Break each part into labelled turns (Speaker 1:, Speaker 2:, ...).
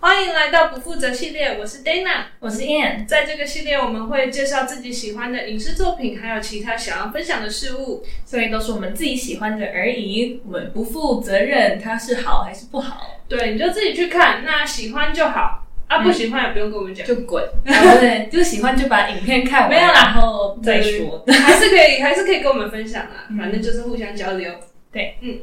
Speaker 1: 欢迎来到不负责系列，我是 Dana。
Speaker 2: 我是 Ian，
Speaker 1: 在这个系列，我们会介绍自己喜欢的影视作品，还有其他想要分享的事物。
Speaker 2: 所以都是我们自己喜欢的而已，我们不负责任它是好还是不好
Speaker 1: 对，你就自己去看，那喜欢就好，啊，不喜欢也不用跟我们讲，
Speaker 2: 就滚，啊不对，就喜欢就把影片看完，
Speaker 1: 没有啦
Speaker 2: 然后再说。
Speaker 1: 还是可以， 还是可以跟我们分享啊。反正就是互相交流。
Speaker 2: 嗯对，
Speaker 1: 嗯。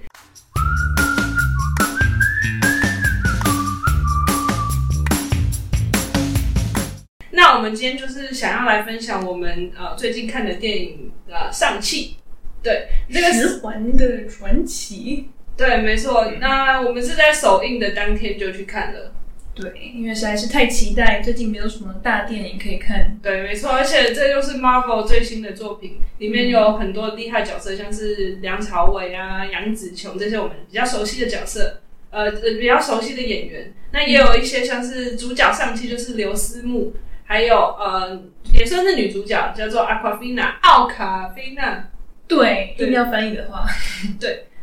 Speaker 1: 那我们今天就是想要来分享我们呃最近看的电影呃上汽，对，这个
Speaker 2: 十环的传奇，
Speaker 1: 对，没错。那我们是在首映的当天就去看了，
Speaker 2: 对，因为实在是太期待，最近没有什么大电影可以看，
Speaker 1: 对，没错。而且这就是 Marvel 最新的作品，里面有很多厉害角色，像是梁朝伟啊、杨紫琼这些我们比较熟悉的角色，呃，呃比较熟悉的演员。那也有一些像是主角上期就是刘思慕，还有呃也算是女主角叫做 Aquafina 奥卡菲娜。
Speaker 2: 对，一
Speaker 1: 对
Speaker 2: 定要翻译的话，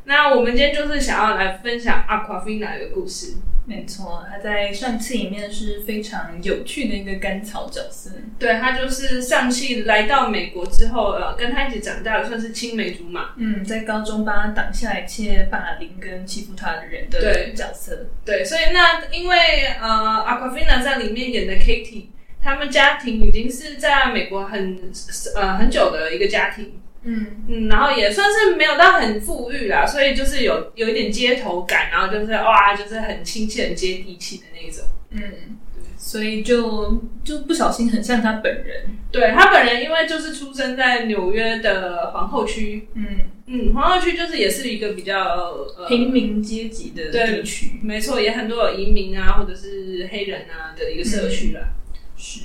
Speaker 1: 那我们今天就是想要来分享 Aquafina 的故事。
Speaker 2: 没错，他在上次里面是非常有趣的一个甘草角色，
Speaker 1: 对他就是上戏来到美国之后，呃，跟他一起长大的算是青梅竹马。
Speaker 2: 嗯，在高中帮他挡下一切霸凌跟欺负他的人的
Speaker 1: 对
Speaker 2: 角色，
Speaker 1: 对，所以那因为呃，Aquafina 在里面演的 Kitty，他们家庭已经是在美国很呃很久的一个家庭，
Speaker 2: 嗯，
Speaker 1: 嗯，然后也算是没有到很富裕啦，所以就是有有一点街头感，然后就是哇，就是很亲切、很接地气的那一种。
Speaker 2: 嗯，所以就就不小心很像他本人。
Speaker 1: 对他本人，因为就是出生在纽约的皇后区，
Speaker 2: 嗯，
Speaker 1: 嗯，皇后区就是也是一个比较呃
Speaker 2: 平民阶级的地
Speaker 1: 对
Speaker 2: 区
Speaker 1: 没错，也很多有移民啊，或者是黑人啊的一个社区啦。
Speaker 2: 是，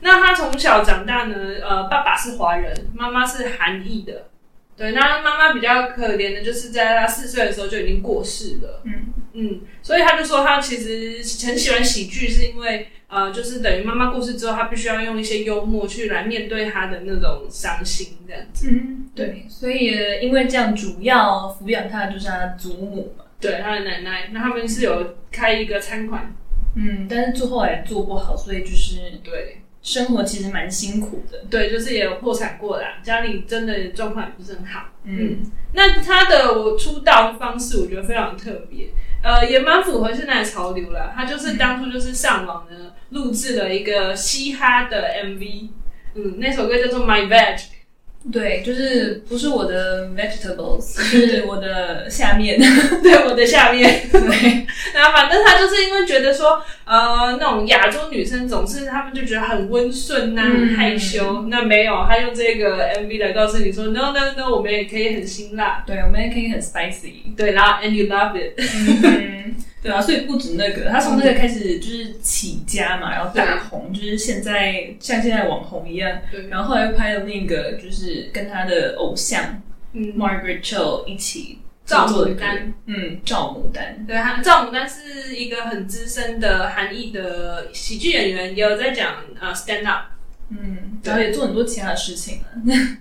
Speaker 1: 那他从小长大呢，呃，爸爸是华人，妈妈是韩裔的。对，那妈妈比较可怜的就是在他四岁的时候就已经过世了。
Speaker 2: 嗯
Speaker 1: 嗯，所以他就说他其实很喜欢喜剧，是因为呃，就是等于妈妈过世之后，他必须要用一些幽默去来面对他的那种伤心这样子。
Speaker 2: 嗯，对，所以也因为这样，主要抚养他的就是他祖母嘛。
Speaker 1: 对，他的奶奶，那他们是有开一个餐馆。
Speaker 2: 嗯，但是做后来做不好，所以就是
Speaker 1: 对，
Speaker 2: 生活其实蛮辛苦的。
Speaker 1: 对，就是也有破产过啦，家里真的状况也不是很好。
Speaker 2: 嗯
Speaker 1: 那他的我出道的方式，我觉得非常特别，呃，也蛮符合现在的潮流啦。他
Speaker 2: 嗯
Speaker 1: 就是当初就是上网呢，录制了一个嘻哈的 MV，嗯，那首歌叫做《My Veg》，
Speaker 2: 对，就是不是我的 vegetables，是我的下 面。
Speaker 1: 对，我的下面。
Speaker 2: 对，
Speaker 1: 然后反正他就是因为觉得说，呃，那种亚洲女生总是她们就觉得很温顺呐、
Speaker 2: 嗯
Speaker 1: 很害羞。那没有，他用这个 MV 来告诉你说，No No No，我们也可以很辛辣。
Speaker 2: 对，我们也可以很 spicy。
Speaker 1: 对，然后 And you love it。
Speaker 2: 嗯， 对啊，所以不止那个，他从那个开始就是起家嘛，然后大红，就是现在像现在网红一样。
Speaker 1: 对
Speaker 2: 然后后来又拍了那个，就是跟他的偶像
Speaker 1: 嗯，
Speaker 2: Margaret Cho 一起
Speaker 1: 赵
Speaker 2: 做的
Speaker 1: 牡
Speaker 2: 歌
Speaker 1: 丹，
Speaker 2: 嗯，赵牡丹，
Speaker 1: 对，他赵牡丹是一个很资深的韩裔的喜剧演员，也有在讲呃 stand up。
Speaker 2: 嗯，然后也做很多其他的事情啊。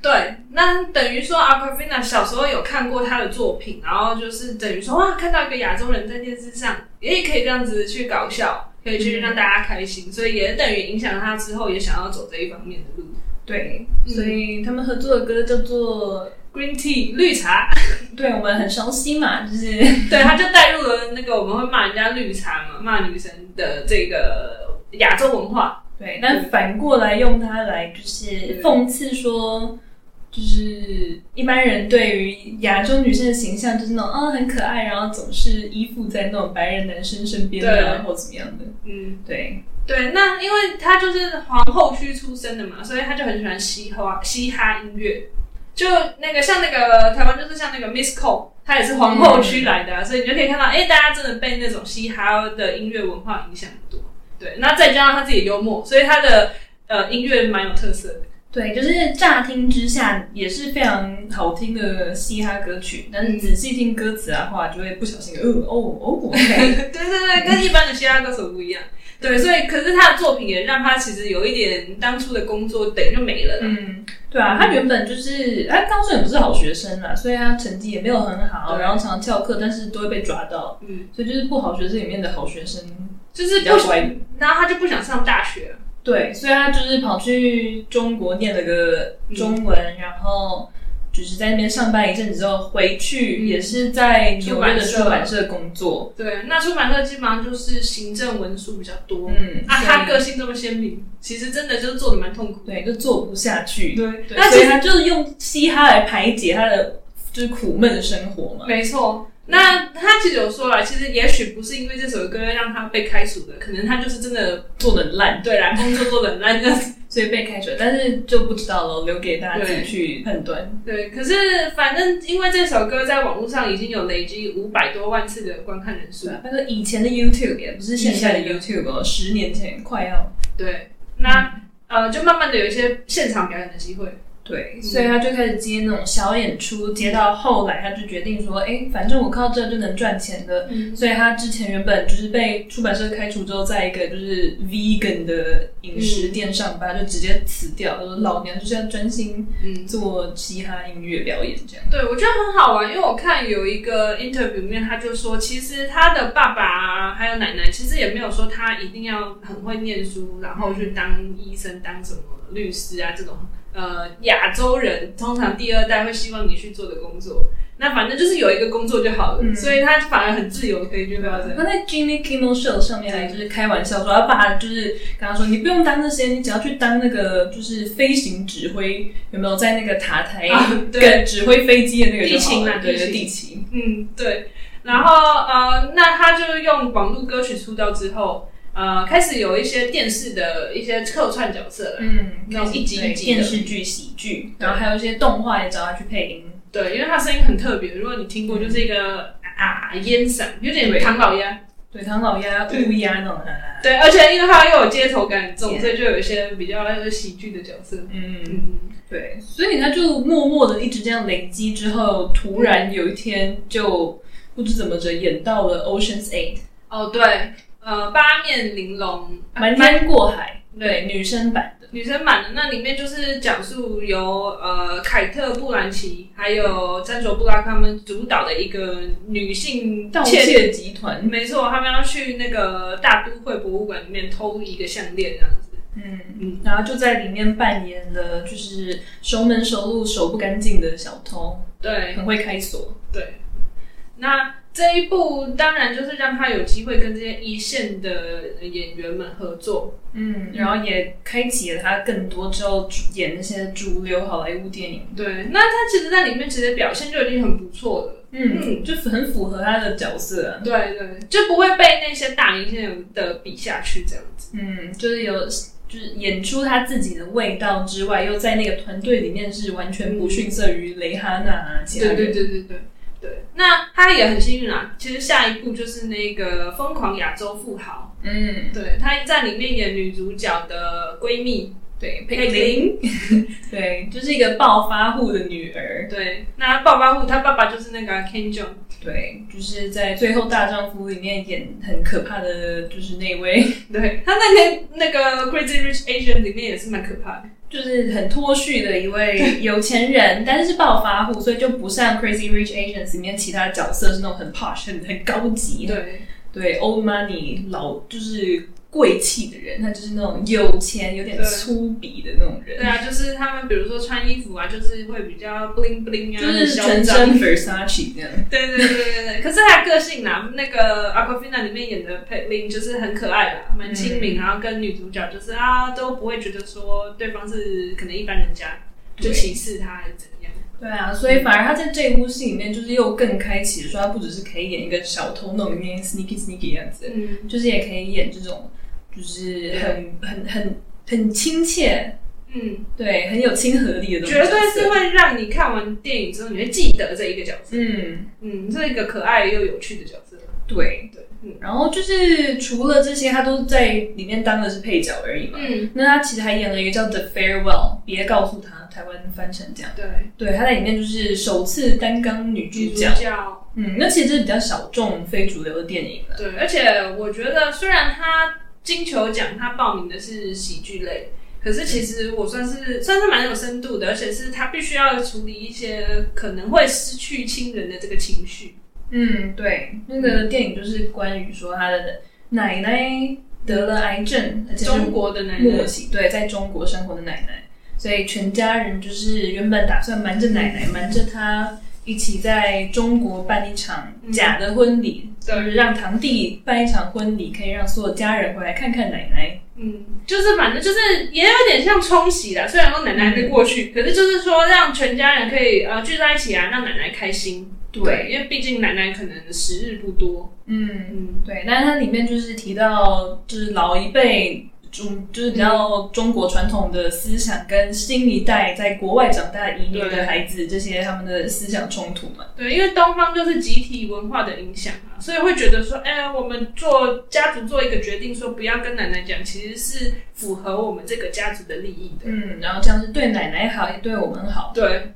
Speaker 1: 对，那等于说 Aquafina 小时候有看过他的作品，然后就是等于说哇，看到一个亚洲人在电视上，也可以这样子去搞笑，可以去让大家开心，所以也等于影响他之后也想要走这一方面的路。
Speaker 2: 对，
Speaker 1: 嗯
Speaker 2: 所以他们合作的歌叫做，
Speaker 1: Green tea 绿茶，
Speaker 2: 对我们很熟悉嘛，就是
Speaker 1: 对，他就带入了那个我们会骂人家绿茶嘛，骂女生的这个亚洲文化。
Speaker 2: 对，但反过来用它来就是讽刺说，就是一般人对于亚洲女生的形象就是那种啊很可爱，然后总是依附在那种白人男生身边啊，
Speaker 1: 对
Speaker 2: 或怎么样的。
Speaker 1: 嗯，
Speaker 2: 对，
Speaker 1: 对，那因为他就是皇后区出生的嘛，所以他就很喜欢嘻哈嘻哈音乐。就那个像那个台湾，就是像那个 Miss Cole，她也是皇后区来的、啊，所以你就可以看到，哎、大家真的被那种嘻哈的音乐文化影响很多。对，那再加上他自己幽默，所以他的呃音乐蛮有特色的。
Speaker 2: 对，就是乍听之下也是非常好听的嘻哈歌曲，但是仔细听歌词的话，就会不小心哦哦哦，OK，
Speaker 1: 对对对，跟一般的嘻哈歌手不一样。对，所以可是他的作品也让他其实有一点当初的工作等于就没了啦。
Speaker 2: 嗯，对啊，他原本就是他高中也不是好学生啦，所以他成绩也没有很好，
Speaker 1: 对
Speaker 2: 然后常常翘课，但是都会被抓到，
Speaker 1: 嗯
Speaker 2: 所以就是不好学生里面的好学生
Speaker 1: 就是
Speaker 2: 比较
Speaker 1: 不想
Speaker 2: 乖一点。
Speaker 1: 然后他就不想上大学了，
Speaker 2: 对，所以他就是跑去中国念了个
Speaker 1: 嗯
Speaker 2: 中文，然后就是在那边上班一阵子之后回去，
Speaker 1: 嗯
Speaker 2: 也是在纽约的
Speaker 1: 出版社
Speaker 2: 出版社工作。
Speaker 1: 对，那出版社基本上就是行政文书比较多，
Speaker 2: 嗯，
Speaker 1: 啊，
Speaker 2: 所以
Speaker 1: 他个性这么鲜明，其实真的就是做的蛮痛苦的。
Speaker 2: 对就做不下去，
Speaker 1: 对
Speaker 2: 对
Speaker 1: 那其
Speaker 2: 所以
Speaker 1: 实
Speaker 2: 他就是用嘻哈来排解他的就是苦闷的生活嘛。
Speaker 1: 没错。那他其实有说了，啊其实也许不是因为这首歌让他被开除的，可能他就是真的
Speaker 2: 做的烂，
Speaker 1: 对啦，工作做的烂这样子。
Speaker 2: 所以被开除了，但是就不知道了，留给大家自己
Speaker 1: 对
Speaker 2: 去判断。
Speaker 1: 对，可是反正因为这首歌在网络上已经有累积五百多万次的观看人数
Speaker 2: 对，啊，那个以前的 YouTube 也不是现在
Speaker 1: 以
Speaker 2: 的
Speaker 1: 前的
Speaker 2: YouTube，哦十年前快要
Speaker 1: 对，那呃就慢慢的有一些现场表演的机会，
Speaker 2: 对，
Speaker 1: 嗯
Speaker 2: 所以他就开始接那种小演出，接到后来他就决定说，哎、反正我靠这就能赚钱的。
Speaker 1: 嗯，
Speaker 2: 所以他之前原本就是被出版社开除之后，在一个就是 vegan 的饮
Speaker 1: 嗯
Speaker 2: 食店上班，就直接辞掉，他说老娘就是要专心
Speaker 1: 嗯
Speaker 2: 做嘻哈音乐表演这样。
Speaker 1: 对，我觉得很好玩，因为我看有一个 interview 里面，他就说，其实他的爸爸啊还有奶奶，其实也没有说他一定要很会念书，然后去当医生、当什么律师啊这种。呃，亚洲人通常第二代会希望你去做的工作，那反正就是有一个工作就好了，
Speaker 2: 嗯
Speaker 1: 所以他反而很自由，可以去发展。
Speaker 2: 他在 Jimmy Kimmel Show 上面还就是开玩笑说，他爸就是跟他说，你不用当这些，你只要去当那个就是飞行指挥，有没有在那个塔 台
Speaker 1: 啊对
Speaker 2: 跟指挥飞机的那个就好了
Speaker 1: 地勤啊
Speaker 2: 对
Speaker 1: 地
Speaker 2: 对
Speaker 1: 勤
Speaker 2: 地勤，
Speaker 1: 嗯，对。然后呃，那他就用网络歌曲出道之后，呃，开始有一些电视的一些客串角色了。
Speaker 2: 嗯，
Speaker 1: 那种一集一集的
Speaker 2: 电视剧、喜剧，然后还有一些动画也找他去配音，
Speaker 1: 对，因为他声音很特别，如果你听过，就是一个啊啊烟嗓，有点唐老鸭。
Speaker 2: 对，唐老鸭、
Speaker 1: 对
Speaker 2: 乌鸦那种，啊
Speaker 1: 对，而且因为他又有街头感很重，
Speaker 2: Yeah
Speaker 1: 所以就有一些比较喜剧的角色。
Speaker 2: 嗯，
Speaker 1: 嗯，
Speaker 2: 对，所以他就默默的一直这样累积之后，突然有一天就不知怎么着演到了 Ocean's Eight，
Speaker 1: 哦对，呃，八面玲珑，啊
Speaker 2: 瞒天过海，
Speaker 1: 对
Speaker 2: 对，女生版的，
Speaker 1: 女生版的那里面就是讲述由呃凯特·布兰奇还有詹卓·布拉克他们主导的一个女性
Speaker 2: 盗
Speaker 1: 窃
Speaker 2: 窃集团，
Speaker 1: 没错，他们要去那个大都会博物馆里面偷一个项链这样子。
Speaker 2: 嗯
Speaker 1: 嗯
Speaker 2: 嗯，然后就在里面扮演了就是熟门熟路、手不干净的小偷，
Speaker 1: 对，
Speaker 2: 很会开锁，
Speaker 1: 对，那这一部当然就是让他有机会跟这些一线的演员们合作。
Speaker 2: 嗯，然后也开启了他更多之后主演那些主流好莱坞电影，
Speaker 1: 对，那他其实在里面其实表现就已经很不错了。
Speaker 2: 嗯，就很符合他的角色、啊，
Speaker 1: 对对，就不会被那些大明星的比下去这样子。
Speaker 2: 嗯，就是有就是演出他自己的味道之外，又在那个团队里面是完全不逊色于雷哈娜啊，其他
Speaker 1: 对
Speaker 2: 人，
Speaker 1: 对对对对。对，那他也很幸运啊。其实下一部就是那个《疯狂亚洲富豪》，
Speaker 2: 嗯，
Speaker 1: 对，他在里面演女主角的闺蜜
Speaker 2: 对，
Speaker 1: 佩
Speaker 2: 佩林，
Speaker 1: 林。
Speaker 2: 对，就是一个暴发户的女儿，
Speaker 1: 对，那暴发户他爸爸就是那个 Ken Jeong，
Speaker 2: 对，就是在《最后大丈夫》里面演很可怕的，就是那位，
Speaker 1: 对他那个那个 Crazy Rich Asian 里面也是蛮可怕的，
Speaker 2: 就是很脱序的一位有钱人，但是是暴发户，所以就不像《Crazy Rich Asians》里面其他角色是那种很 posh、很很高级、
Speaker 1: 对
Speaker 2: 对，old money 老就是贵气的人，他就是那种有钱、有点
Speaker 1: 对
Speaker 2: 粗鄙的那种
Speaker 1: 对
Speaker 2: 人，
Speaker 1: 啊，就是他们比如说穿衣服啊，就是会比较 bling bling 啊，
Speaker 2: 就是
Speaker 1: 很
Speaker 2: 全
Speaker 1: 嚣张
Speaker 2: 身 Versace 这样。
Speaker 1: 对对对对对， 可是他的个性啦，那个 Aquafina 里面演的佩林就是很可爱啦，蛮亲民，然后跟女主角就是啊都不会觉得说对方是可能一般人家就
Speaker 2: 对
Speaker 1: 歧视他还是怎样，
Speaker 2: 对啊，所以反而他在这一部戏里面，就是又更开启了说，他不只是可以演一个小偷那种有点 sneaky sneaky 的样子，
Speaker 1: 嗯，
Speaker 2: 就是也可以演这种，就是很很很很亲切，
Speaker 1: 嗯，
Speaker 2: 对，很有亲和力的那
Speaker 1: 绝
Speaker 2: 种角色。
Speaker 1: 对是会让你看完电影之后你会记得这一个角色，
Speaker 2: 嗯，
Speaker 1: 嗯，是一个可爱又有趣的角色，
Speaker 2: 对。
Speaker 1: 对，嗯
Speaker 2: 然后就是除了这些，他都在里面当的是配角而已嘛。
Speaker 1: 嗯。
Speaker 2: 那他其实还演了一个叫《The Farewell》，别告诉他，台湾翻成这样。
Speaker 1: 对，
Speaker 2: 对，他在里面就是首次担纲女
Speaker 1: 女
Speaker 2: 主
Speaker 1: 主
Speaker 2: 角。
Speaker 1: 角，
Speaker 2: 嗯，那其实是比较小众、非主流的电影了。
Speaker 1: 对，而且我觉得虽然他金球奖他报名的是喜剧类，可是其实我算是算是蛮有深度的，而且是他必须要处理一些可能会失去亲人的这个情绪。嗯
Speaker 2: 嗯，对，那个电影就是关于说他的奶奶得了癌症，而且是
Speaker 1: 中国的奶
Speaker 2: 末
Speaker 1: 奶，
Speaker 2: 期，对，在中国生活的奶奶，所以全家人就是原本打算瞒着奶奶，瞒着她一起在中国办一场假的婚礼，
Speaker 1: 对
Speaker 2: 就是让堂弟办一场婚礼，可以让所有家人回来看看奶奶。
Speaker 1: 嗯，就是反正就是也有点像冲洗啦，虽然说奶奶的过去，可是就是说让全家人可以呃聚在一起啊，让奶奶开心。对，因为毕竟奶奶可能时日不多。
Speaker 2: 嗯，
Speaker 1: 嗯，
Speaker 2: 对，但是它里面就是提到，就是老一辈中，就是比较中国传统的思想跟新一代在国外长大移民的孩子，这些他们的思想冲突嘛。
Speaker 1: 对，因为东方就是集体文化的影响啊，所以会觉得说，哎、我们做家族做一个决定，说不要跟奶奶讲，其实是符合我们这个家族的利益的。
Speaker 2: 嗯，然后这样是对奶奶好，也对我们好。
Speaker 1: 对，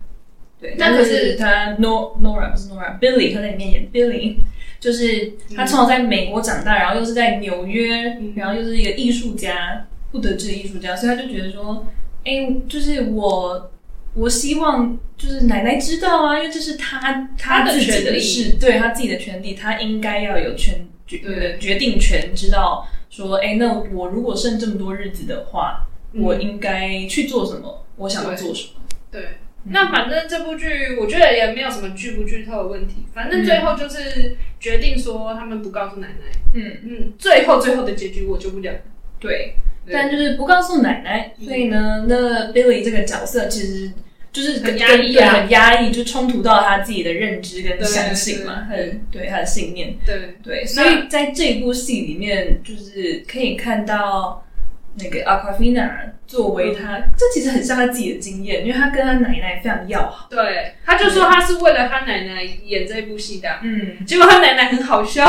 Speaker 2: 对，
Speaker 1: 那
Speaker 2: 但
Speaker 1: 可
Speaker 2: 是他 Nor Nora 不是 Nora，Billy 他在里面演 Billy，就是他从小在美国长大，然后又是在纽约，
Speaker 1: 嗯
Speaker 2: 然后又是一个艺术家，不得志的艺术家，所以他就觉得说，哎、就是我。我希望就是奶奶知道啊，因为这是他
Speaker 1: 他的
Speaker 2: 自己
Speaker 1: 权利
Speaker 2: 的事，对他自己的权利，他应该要有权决呃
Speaker 1: 对
Speaker 2: 决定权，知道说，哎、那我如果剩这么多日子的话，我应该去做什么？我想要
Speaker 1: 嗯对
Speaker 2: 做什么？
Speaker 1: 对，那反正这部剧我觉得也没有什么剧不剧透的问题，反正最后就是决定说他们不告诉奶奶。
Speaker 2: 嗯。
Speaker 1: 嗯，最后最后的结局我就不讲。
Speaker 2: 对，
Speaker 1: 对
Speaker 2: 但就是不告诉奶奶，
Speaker 1: 嗯
Speaker 2: 所以呢，那 Billy 这个角色其实就是
Speaker 1: 很
Speaker 2: 跟
Speaker 1: 压抑
Speaker 2: 跟
Speaker 1: 啊
Speaker 2: 对很压抑，就冲突到他自己的认知跟
Speaker 1: 对
Speaker 2: 相信嘛，
Speaker 1: 对
Speaker 2: 很对他的信念。
Speaker 1: 对，
Speaker 2: 对，所
Speaker 1: 那
Speaker 2: 以在这部戏里面，就是可以看到那个 Aquafina 作为他，
Speaker 1: 嗯
Speaker 2: 这其实很像他自己的经验，因为他跟他奶奶非常要好。
Speaker 1: 对，他就说他是为了他奶奶演这部戏的，啊
Speaker 2: 嗯，
Speaker 1: 结果他奶奶很好 笑，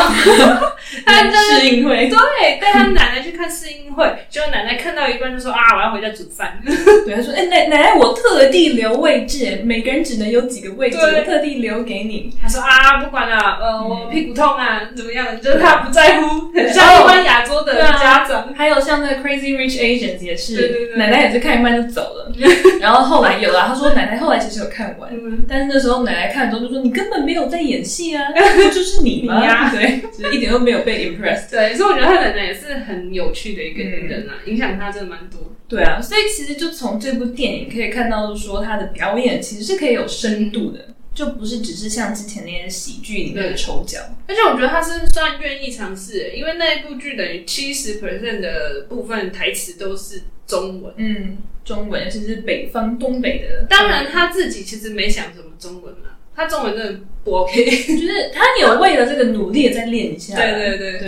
Speaker 1: 他就是
Speaker 2: 是因为
Speaker 1: 对带他奶奶去看试映会，结果奶奶看到一半就说啊，我要回家煮饭。
Speaker 2: 对他说：“哎、奶奶奶，我特地留位置，每个人只能有几个位置，
Speaker 1: 对
Speaker 2: 我特地留给你。”
Speaker 1: 他说啊，不管了，呃，我屁股痛啊，怎么样？就是他不在乎，很像
Speaker 2: 对
Speaker 1: 一般亚洲的
Speaker 2: 对啊
Speaker 1: 家长。
Speaker 2: 还有像那个 Crazy Rich Asians 也是，
Speaker 1: 对对对
Speaker 2: 奶奶也是看一半就走了。然后后来有啦，她说奶奶后来其实有看完，
Speaker 1: 嗯，
Speaker 2: 但是那时候奶奶看了之后就说你根本没有在演戏啊，这就是你吗？
Speaker 1: 你呀
Speaker 2: 对，就是一点都没有被 impressed。
Speaker 1: 对，所以我觉得他奶奶也是很有趣的一个人啊，影响他真的蛮多。
Speaker 2: 对啊，所以其实就从这部电影可以看到，说她的表演其实是可以有深度的，就不是只是像之前那些喜剧里面的丑角。
Speaker 1: 而且我觉得他是算愿意尝试欸，因为那一部剧等于七十 percent 的部分台词都是中文。
Speaker 2: 嗯，中文尤其是北方东北的，
Speaker 1: 当然他自己其实没想什么中文啦，他中文真的不 OK。
Speaker 2: 就是她有为了这个努力地在练一下。
Speaker 1: 对对对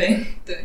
Speaker 2: 对。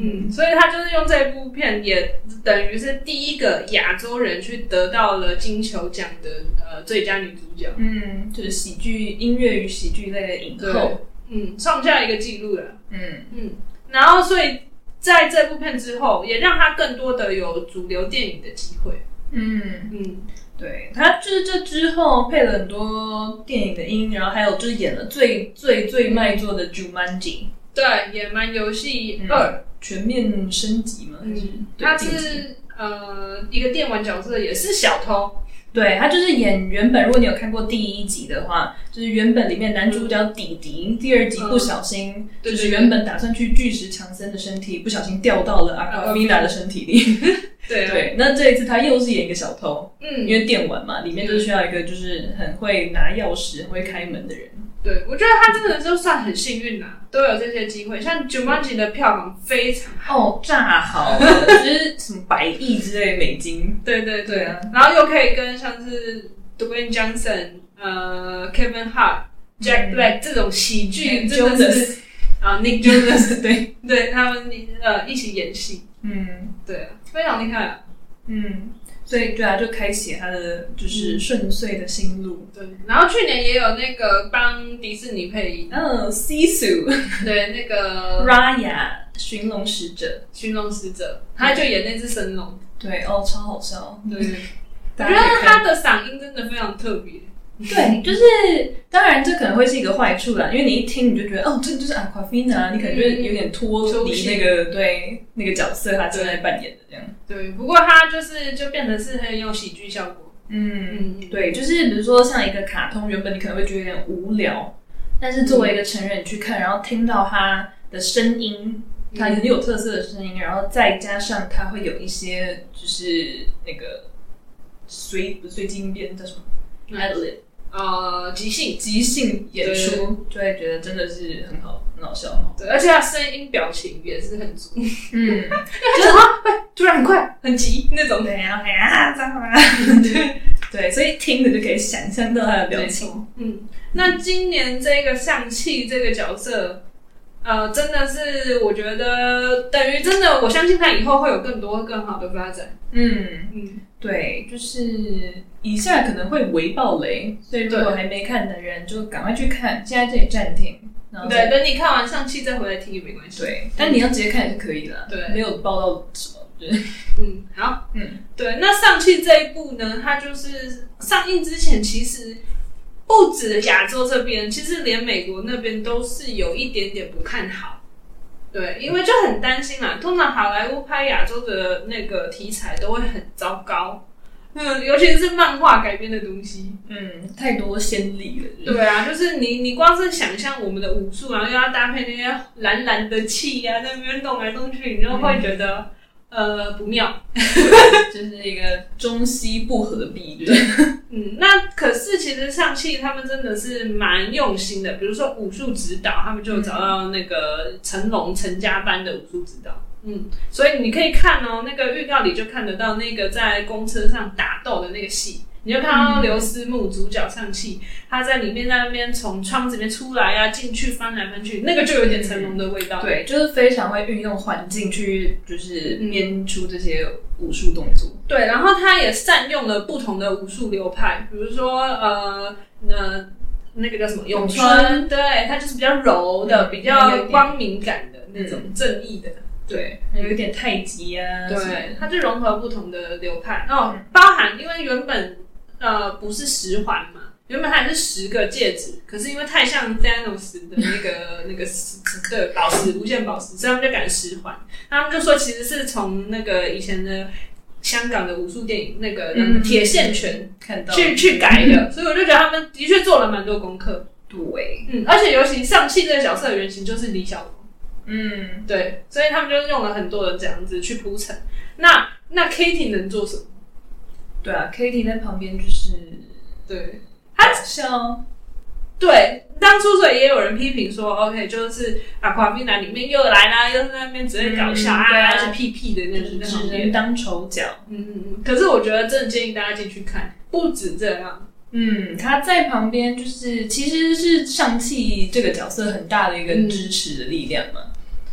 Speaker 1: 嗯，所以他就是用这部片，也等于是第一个亚洲人去得到了金球奖的呃最佳女主角，
Speaker 2: 嗯，就是喜剧、音乐与喜剧类的影后。
Speaker 1: 嗯，创下一个记录了。
Speaker 2: 嗯，
Speaker 1: 然后，所以在这部片之后，也让他更多的有主流电影的机会。
Speaker 2: 嗯，
Speaker 1: 嗯，
Speaker 2: 对，他就是这之后配了很多电影的音，然后还有就是演了最最最卖座的《Jumanji
Speaker 1: 对，《野蛮游戏》
Speaker 2: 嗯
Speaker 1: 二》，》
Speaker 2: 全面升级嘛，还是
Speaker 1: 嗯，
Speaker 2: 对
Speaker 1: 他
Speaker 2: 晋级
Speaker 1: 是呃一个电玩角色，也是小偷。
Speaker 2: 对他就是演原本，如果你有看过第一集的话，就是原本里面男主角迪迪，第二集
Speaker 1: 嗯
Speaker 2: 不小心、
Speaker 1: 对
Speaker 2: 就是
Speaker 1: 对对
Speaker 2: 原本打算去巨石强森的身体，不小心掉到了阿卡
Speaker 1: Aquafina
Speaker 2: 米娜的身体里。
Speaker 1: 对啊，
Speaker 2: 对，那这一次他又是演一个小偷，
Speaker 1: 嗯，
Speaker 2: 因为电玩嘛，里面就是需要一个就是很会拿钥匙、很会开门的人。
Speaker 1: 对，我觉得他真的就算很幸运啦、啊都有这些机会。像《Jumanji》的票房非常好，
Speaker 2: 哦，炸 好，就是什么百亿之类美金。
Speaker 1: 对对对
Speaker 2: 对啊
Speaker 1: 然后又可以跟像是 Dwayne Johnson、呃 Kevin Hart、Jack
Speaker 2: 嗯
Speaker 1: Black 这种喜剧，
Speaker 2: Nick
Speaker 1: 真的是啊 Nick Jonas
Speaker 2: 对，
Speaker 1: 对他们呃一起演戏，
Speaker 2: 嗯
Speaker 1: 对啊，非常厉害啊。
Speaker 2: 嗯，所以对啊，就开启他的就是顺遂的心路。
Speaker 1: 对，然后去年也有那个帮迪士尼配音，
Speaker 2: 嗯，Sisu
Speaker 1: 对那 个
Speaker 2: Raya 寻龙使者，
Speaker 1: 寻龙使者，他就演那只神龙。
Speaker 2: 对哦，超好笑。
Speaker 1: 对，我
Speaker 2: 大
Speaker 1: 觉
Speaker 2: 家可
Speaker 1: 得
Speaker 2: 以看
Speaker 1: 他的嗓音真的非常特别。
Speaker 2: 对，就是当然这可能会是一个坏处啦，因为你一听你就觉得哦，这就是 Aquafina，你可能就是有点脱
Speaker 1: 出
Speaker 2: 离
Speaker 1: 戏
Speaker 2: 那个对那个角色他正在扮演的这样。
Speaker 1: 对，不过他就是就变成是很有喜剧效果。
Speaker 2: 嗯，
Speaker 1: 嗯，嗯
Speaker 2: 对，就是比如说像一个卡通，原本你可能会觉得有点无聊，但是作为一个成人去看，然后听到他的声音，它很有特色的声音，然后再加上它会有一些就是那个随不随机应变叫什么 ad lib，
Speaker 1: 嗯呃，即兴。
Speaker 2: 即兴演
Speaker 1: 对
Speaker 2: 出，就会觉得真的是很好，很好笑。哦
Speaker 1: 对，而且他声音、表情也是很足，
Speaker 2: 嗯，
Speaker 1: 突然很快、很急那种。
Speaker 2: 对，然后哎呀，脏话，对 对，所以听着就可以想象到他的表情。
Speaker 1: 嗯，那今年这个上气这个角色，呃，真的是我觉得等于真的，我相信他以后会有更多更好的发展。
Speaker 2: 嗯。
Speaker 1: 嗯，
Speaker 2: 对，就是以下可能会微爆雷，所以如果还没看的人就赶快去看，现在这里暂停，然后
Speaker 1: 对，
Speaker 2: 再
Speaker 1: 等你看完上气再回来听也没关系。，
Speaker 2: 对，但你要直接看也是可以的，
Speaker 1: 对
Speaker 2: 没有爆到什么，对，
Speaker 1: 嗯，好。
Speaker 2: 嗯
Speaker 1: 对，那上汽这一部呢，它就是上映之前，其实不止亚洲这边，其实连美国那边都是有一点点不看好。对，因为就很担心啦。通常好莱坞拍亚洲的那个题材都会很糟糕，嗯，尤其是漫画改编的东西。
Speaker 2: 嗯， 太多先例了，就是
Speaker 1: 对啊，就是你你光是想象我们的武术，然后又要搭配那些蓝蓝的气呀、在那边动来动去，你就会觉得、呃不妙。
Speaker 2: 就是一个中西不合璧，对，
Speaker 1: 嗯，那可是其实上戏他们真的是蛮用心的，比如说武术指导，他们就有找到那个成龙陈家班的武术指导。嗯，所以你可以看哦，那个预告里就看得到那个在公车上打斗的那个戏，你就看到刘思慕主角上戏，他在里面在那边从窗子里面出来啊，进去翻来翻去，那个就有点成龙的味道。
Speaker 2: 对，就是非常会运用环境去，就是编出这些武术动作，
Speaker 1: 对，然后他也善用了不同的武术流派，比如说呃呃那个叫什么咏
Speaker 2: 咏
Speaker 1: 春，
Speaker 2: 春
Speaker 1: 对，它就是比较柔的、
Speaker 2: 嗯
Speaker 1: 比
Speaker 2: 有一
Speaker 1: 较
Speaker 2: 点
Speaker 1: 光明感的那种正义的，
Speaker 2: 对，还有一点太极啊，什么
Speaker 1: 对
Speaker 2: 的，
Speaker 1: 它就融合不同的流派哦，包含因为原本呃不是十环嘛。原本它也是十个戒指，可是因为太像 Thanos 的那个那个石对宝石无限宝石，所以他们就改十环。他们就说其实是从那个以前的香港的武术电影那个叫什么
Speaker 2: 嗯
Speaker 1: 铁线拳
Speaker 2: 看到
Speaker 1: 去去改的，所以我就觉得他们的确做了蛮多功课。
Speaker 2: 对，
Speaker 1: 嗯，而且尤其上汽这个角色的原型就是李小龙，
Speaker 2: 嗯。
Speaker 1: 对，所以他们就用了很多的这样子去铺陈。那那 Kitty 能做什么？
Speaker 2: 对啊 k a t i e 在旁边就是
Speaker 1: 对
Speaker 2: 像
Speaker 1: 对，当初所以也有人批评说，OK，就是啊，华碧男里面又来啦，又在那边只会搞笑、
Speaker 2: 嗯
Speaker 1: 啊，
Speaker 2: 对啊
Speaker 1: 是屁屁的那种那
Speaker 2: 只
Speaker 1: 种
Speaker 2: 能
Speaker 1: 脸。
Speaker 2: 当丑角。
Speaker 1: 嗯嗯嗯。可是我觉得真的建议大家进去看，不止这样。
Speaker 2: 嗯，他在旁边就是其实是上汽这个角色很大的一个
Speaker 1: 嗯
Speaker 2: 支持的力量嘛，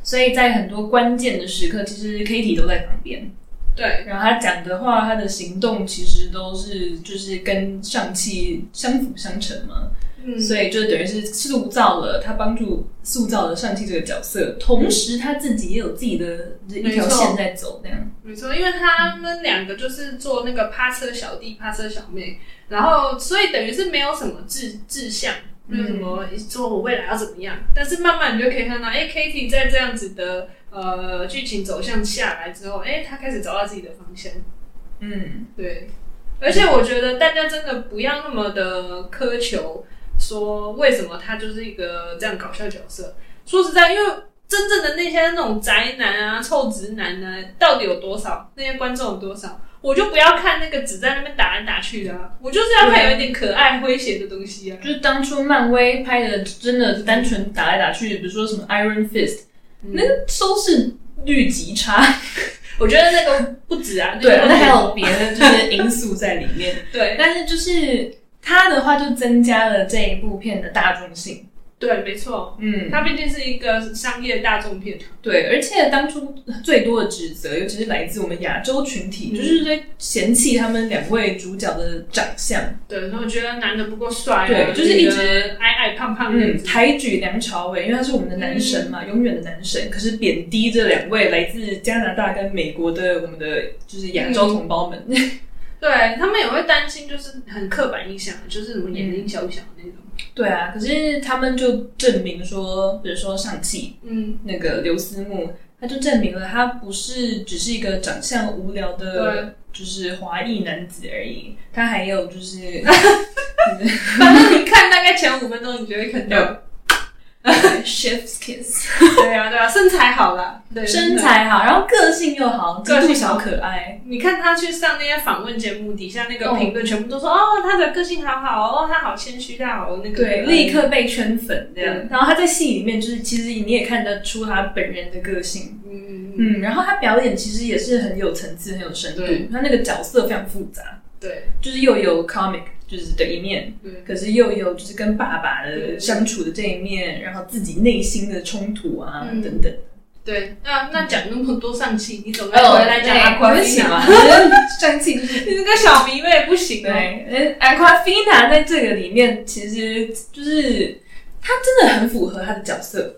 Speaker 2: 所以在很多关键的时刻，其实 k a t i e 都在旁边。
Speaker 1: 对
Speaker 2: 然后他讲的话，他的行动其实都是就是跟上汽相辅相成嘛，
Speaker 1: 嗯
Speaker 2: 所以就等于是塑造了他帮助塑造了上汽这个角色，同时他自己也有自己的一条
Speaker 1: 没错
Speaker 2: 线在走那样。
Speaker 1: 没错，因为他们两个就是做那个趴车小弟、趴车小妹，然后所以等于是没有什么志志向，没有什么说我未来要怎么样。但是慢慢你就可以看到，哎、k a t i e 在这样子的呃剧情走向下来之后，哎、她开始找到自己的方向。
Speaker 2: 嗯，
Speaker 1: 对，而且我觉得大家真的不要那么的苛求，说为什么他就是一个这样搞笑角色。说实在，因为真正的那些那种宅男啊、臭直男呢、到底有多少？那些观众有多少？我就不要看那个只在那边打来打去的、啊，我就是要看有一点可爱诙谐的东西啊。
Speaker 2: 就是当初漫威拍的，真的单纯打来打去，比如说什么 Iron Fist，、那个收视率极差。
Speaker 1: 我觉得那个不止啊，
Speaker 2: 对，
Speaker 1: 那
Speaker 2: 那
Speaker 1: 个
Speaker 2: 还有别的就是因素在里面。
Speaker 1: 对
Speaker 2: 但是就是它的话，就增加了这一部片的大众性。
Speaker 1: 对，没错，
Speaker 2: 嗯，
Speaker 1: 它毕竟是一个商业大众片，
Speaker 2: 对，而且当初最多的指责，尤其是来自我们亚洲群体，
Speaker 1: 嗯
Speaker 2: 就是在嫌弃他们两位主角的长相，
Speaker 1: 对，所以我觉得男的不够帅、啊，
Speaker 2: 对就是一直
Speaker 1: 女的矮矮胖胖的、
Speaker 2: 嗯，抬举梁朝伟，因为他是我们的男神
Speaker 1: 嗯
Speaker 2: 嘛，永远的男神。可是贬低这两位来自加拿大跟美国的我们的就是亚洲同胞们，
Speaker 1: 嗯对他们也会担心，就是很刻板印象，就是什么眼睛小小的那种。
Speaker 2: 对啊。可是他们就证明说，比如说上汽
Speaker 1: 嗯，
Speaker 2: 那个刘思慕，他就证明了他不是只是一个长相无聊
Speaker 1: 对
Speaker 2: 的，就是华裔男子而已，他还 有就是
Speaker 1: 反正你看大概前五分钟，你就会看到。
Speaker 2: Chef's kiss，
Speaker 1: 对啊，对啊，身材好啦，对，
Speaker 2: 身，材好，然后个性又好，极
Speaker 1: 个
Speaker 2: 度
Speaker 1: 性
Speaker 2: 小
Speaker 1: 好
Speaker 2: 可爱，
Speaker 1: 你看他去上那些访问节目，底下那个
Speaker 2: 哦
Speaker 1: 评论全部都说，哦，他的个性好好，哦，他好谦虚，他好那个，
Speaker 2: 对，立刻被圈粉这样
Speaker 1: 对。
Speaker 2: 然后他在戏里面就是，其实你也看得出他本人的个性，
Speaker 1: 嗯，嗯嗯，
Speaker 2: 嗯，然后他表演其实也是很有层次、很有深度
Speaker 1: 对，
Speaker 2: 他那个角色非常复杂，
Speaker 1: 对，
Speaker 2: 就是又有 comic 就是的一面，
Speaker 1: 嗯，
Speaker 2: 可是又有就是跟爸爸的相处的这一面，然后自己内心的冲突啊、
Speaker 1: 嗯
Speaker 2: 等等。
Speaker 1: 对，那那讲那么多上期，你总要回来讲阿
Speaker 2: 哦对
Speaker 1: 夸
Speaker 2: 对不
Speaker 1: 菲
Speaker 2: 起
Speaker 1: 娜，
Speaker 2: 嘛，上一次就是
Speaker 1: 你那个小迷妹不行哦，
Speaker 2: 对，哎，Aquafina 在这个里面其实就是她真的很符合她的角色，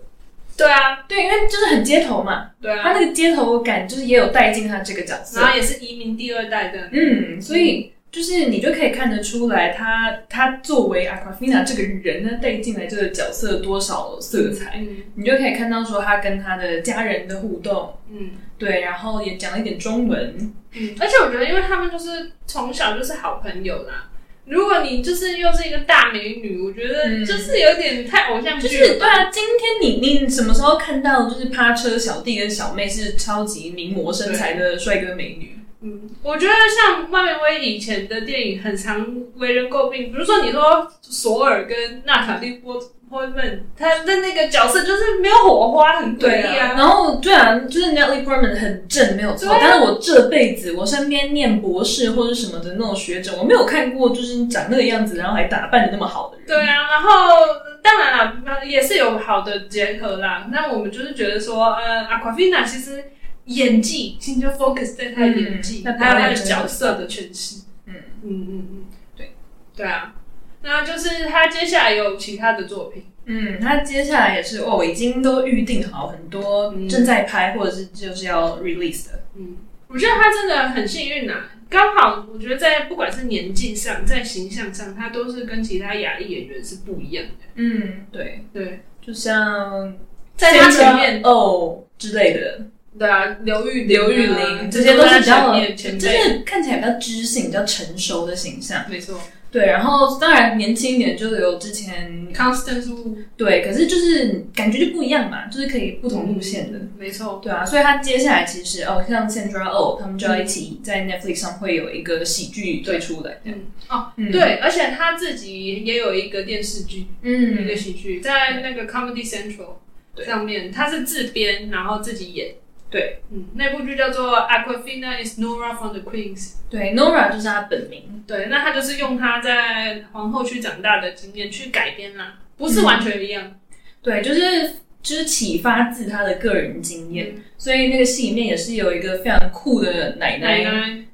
Speaker 1: 对啊，
Speaker 2: 对，因为就是很街头嘛，
Speaker 1: 对
Speaker 2: 她
Speaker 1: 啊，
Speaker 2: 那个街头感就是也有带进她这个角
Speaker 1: 然
Speaker 2: 色，
Speaker 1: 后也是移民第二代的，
Speaker 2: 嗯，所以就是你就可以看得出来她，她作为 Aquafina 这个人呢，她带进来这个角色多少色彩，
Speaker 1: 嗯
Speaker 2: 你就可以看到说她跟她的家人的互动，
Speaker 1: 嗯。
Speaker 2: 对，然后也讲了一点中文，
Speaker 1: 嗯，而且我觉得，因为他们就是从小就是好朋友啦。如果你就是又是一个大美女，我觉得
Speaker 2: 嗯
Speaker 1: 就是有点太偶像
Speaker 2: 就
Speaker 1: 剧
Speaker 2: 是
Speaker 1: 了
Speaker 2: 对
Speaker 1: 吧。
Speaker 2: 啊，今天你你什么时候看到就是趴车小弟跟小妹是超级名模身材的帅哥美女？
Speaker 1: 嗯，我觉得像漫威以前的电影很常为人诟病，比如说你说索尔跟娜塔莉波波曼，他的那个角色就是没有火花，很诡异啊。
Speaker 2: 然后对啊，就是 Natalie Portman 很正，没有错。
Speaker 1: 对啊
Speaker 2: 但是我这辈子我身边念博士或者什么的那种学者，我没有看过就是长那个样子，然后还打扮的那么好的人。
Speaker 1: 对啊，然后当然啦，也是有好的结合啦。那我们就是觉得说，呃，Aquafina 其实演技，其实就 focus 在她的演技，
Speaker 2: 嗯
Speaker 1: 还有她的角色的诠释。
Speaker 2: 嗯
Speaker 1: 嗯嗯嗯，
Speaker 2: 对
Speaker 1: 对啊。那就是她接下来有其他的作品，
Speaker 2: 嗯，他接下来也是哦，已经都预定好很多
Speaker 1: 嗯
Speaker 2: 正在拍或者是就是要 release 的。
Speaker 1: 嗯，我觉得她真的很幸运啊。刚好，我觉得在不管是年纪上，在形象上，她都是跟其他亚裔演员是不一样的。
Speaker 2: 嗯，对，
Speaker 1: 对，
Speaker 2: 就像
Speaker 1: 在她前面，
Speaker 2: 哦之类的。
Speaker 1: 对啊，刘玉
Speaker 2: 刘玉
Speaker 1: 啊
Speaker 2: 玲，这些都
Speaker 1: 在
Speaker 2: 是比
Speaker 1: 她
Speaker 2: 较
Speaker 1: 前面前
Speaker 2: 就
Speaker 1: 辈
Speaker 2: 是看起来比较知性、比较成熟的形象。
Speaker 1: 没错
Speaker 2: 对，然后当然年轻一点就有之前
Speaker 1: ，Constance Wu
Speaker 2: 对，可是就是感觉就不一样嘛，就是可以不同路线的。
Speaker 1: 没错，
Speaker 2: 对啊，所以他接下来其实哦，像 Central O 他们就要一起在 Netflix 上会有一个喜剧推出来。这样
Speaker 1: 嗯，哦，
Speaker 2: 嗯，
Speaker 1: 对，而且他自己也有一个电视剧，一个
Speaker 2: 嗯，
Speaker 1: 喜剧，在那个 Comedy Central
Speaker 2: 对
Speaker 1: 上面，他是自编然后自己演，
Speaker 2: 对，
Speaker 1: 嗯，那部剧叫做 Aquafina is Nora from the Queens，
Speaker 2: 对，Nora 就是他本名。
Speaker 1: 对，那他就是用他在皇后区长大的经验去改编啦，不
Speaker 2: 嗯
Speaker 1: 是完全一样，
Speaker 2: 对，就是就是启发自他的个人经验，
Speaker 1: 嗯
Speaker 2: 所以那个戏里面也是有一个非常酷的
Speaker 1: 奶奶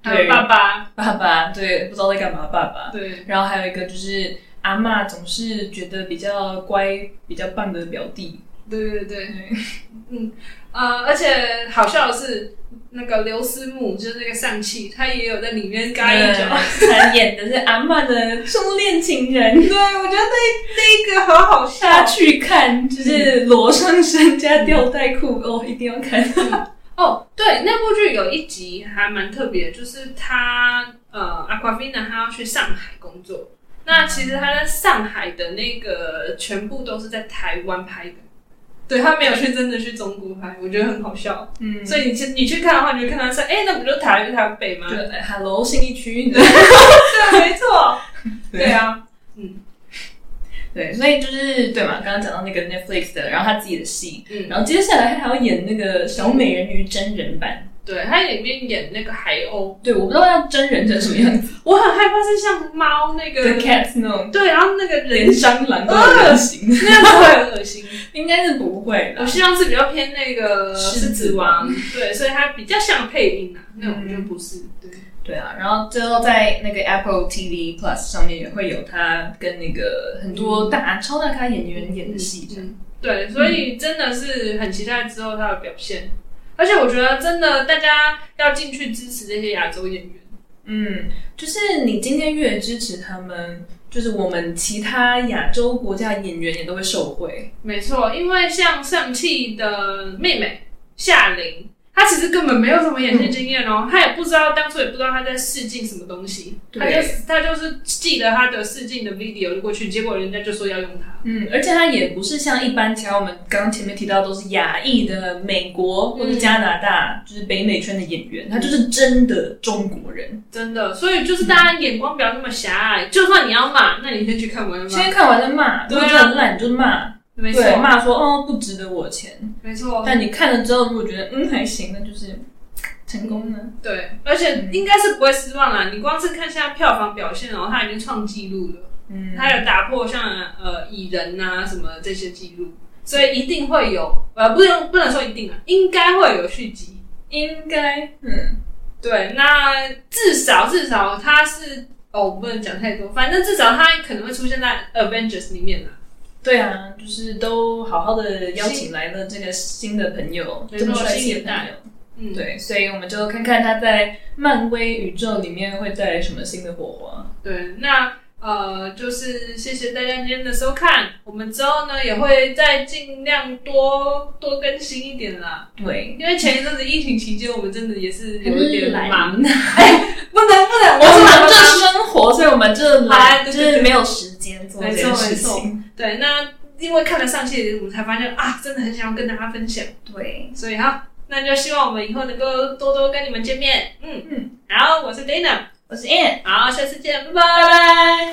Speaker 1: 还
Speaker 2: 对
Speaker 1: 有爸爸，
Speaker 2: 爸爸，对，不知道在干嘛，爸爸。
Speaker 1: 对，
Speaker 2: 然后还有一个就是阿嬷总是觉得比较乖、比较棒的表弟。
Speaker 1: 对对对。
Speaker 2: 对，
Speaker 1: 呃，而且好笑的是，那个刘思慕就是那个上汽，他也有在里面嘎一 脚。
Speaker 2: 嗯他演的是阿嬷的初恋情 人。
Speaker 1: 对，我觉得那那一个好好笑
Speaker 2: 大家去看，就是裸上身加吊带裤、哦，一定要看。
Speaker 1: 哦。对，那部剧有一集还蛮特别，就是他呃，Aquafina 他要去上海工作。那其实他在上海的那个全部都是在台湾拍的，对他没有去真的去中国拍，我觉得很好笑。
Speaker 2: 嗯，
Speaker 1: 所以你去你去看的话，你就看他说，哎、那不就台台北吗？
Speaker 2: 就 Hello 新一区，
Speaker 1: 对，没错， 对啊。
Speaker 2: 对，所以就是对嘛，刚刚讲到那个 Netflix 的，然后他自己的戏，
Speaker 1: 嗯
Speaker 2: 然后接下来他还要演那个小美人鱼真人版。
Speaker 1: 对，它里面演那个海鸥，
Speaker 2: 对，我不知道要真人成什么样子
Speaker 1: 我很害怕是像猫那
Speaker 2: ，The
Speaker 1: 个，
Speaker 2: Cat 那种
Speaker 1: 对，然后那个
Speaker 2: 连
Speaker 1: 人
Speaker 2: 蟑螂都有人形，
Speaker 1: 那样子会很恶心。
Speaker 2: 应该是不会
Speaker 1: 我
Speaker 2: 啦。
Speaker 1: 希望是比较偏那个
Speaker 2: 狮
Speaker 1: 狮
Speaker 2: 子
Speaker 1: 子
Speaker 2: 王
Speaker 1: 王，对，所以它比较像配音啊，那种就不是。对，
Speaker 2: 对啊，然后最后在那个 Apple TV Plus 上面也会有他跟那个很多大、超大咖演员演的戏这样。
Speaker 1: 嗯，对，所以真的是很期待之后它的表现。而且我觉得真的大家要进去支持这些亚洲演员，
Speaker 2: 嗯，就是你今天越支持他们，就是我们其他亚洲国家演员也都会受惠。
Speaker 1: 没错，因为像上汽的妹妹夏琳，他其实根本没有什么演戏经验哦，他也不知道当初也不知道他在试镜什么东西，他就
Speaker 2: 嗯对
Speaker 1: 他就是记得他的试镜的 video 过去，结果人家就说要用他，
Speaker 2: 嗯，而且它也不是像一般，其他我们刚刚前面提到都是亚裔的美国或者加拿大，就是北美圈的演员，他就是真的中国人。
Speaker 1: 真的，所以就是大家眼光不要那么狭隘，就算你要骂，那你先去看完了骂，
Speaker 2: 先看完再骂，如
Speaker 1: 对啊
Speaker 2: 果觉得很烂，你就骂，
Speaker 1: 没错，
Speaker 2: 对，骂说哦不值得我钱。
Speaker 1: 没错，
Speaker 2: 但你看了之后，如果觉得嗯还行，那就是成功了。
Speaker 1: 对，而且应该是不会失望啦。你光是看现在票房表现哦，他已经创纪录了，
Speaker 2: 嗯，
Speaker 1: 他有打破像呃蚁人呐、什么这些记录，所以一定会有，呃，不用不能说一定啊，应该会有续集。
Speaker 2: 应该嗯，
Speaker 1: 对，那至少至少他是哦，我不能讲太多，反正至少他可能会出现在 Avengers 里面啦。
Speaker 2: 对啊，就是都好好的邀请来了这个新的朋友，
Speaker 1: 没错
Speaker 2: 这么帅
Speaker 1: 新
Speaker 2: 气
Speaker 1: 一
Speaker 2: 的朋
Speaker 1: 代
Speaker 2: 友。
Speaker 1: 嗯，，
Speaker 2: 对，所以我们就看看他在漫威宇宙里面会带来什么新的火花。
Speaker 1: 对，那呃，就是谢谢大家今天的收看，我们之后呢也会再尽量多多更新一点啦。
Speaker 2: 对，
Speaker 1: 因为前一阵子疫情期间，我们真的也是有一点忙，
Speaker 2: 的，
Speaker 1: 哎不能不能，
Speaker 2: 我们忙
Speaker 1: 忙
Speaker 2: 着生活，所以我们就
Speaker 1: 哎
Speaker 2: 来，就
Speaker 1: 嗯对对对
Speaker 2: 是没有时间做这件事
Speaker 1: 没错
Speaker 2: 情。
Speaker 1: 对，那因为看了上期，我们才发现啊，真的很想要跟大家分享，
Speaker 2: 对，
Speaker 1: 所以哈，那就希望我们以后能够多多跟你们见面。嗯
Speaker 2: 嗯，
Speaker 1: 好，我是 Dana，
Speaker 2: 我是 Ann，
Speaker 1: 好，下次见，拜
Speaker 2: 拜
Speaker 1: 拜。
Speaker 2: 拜。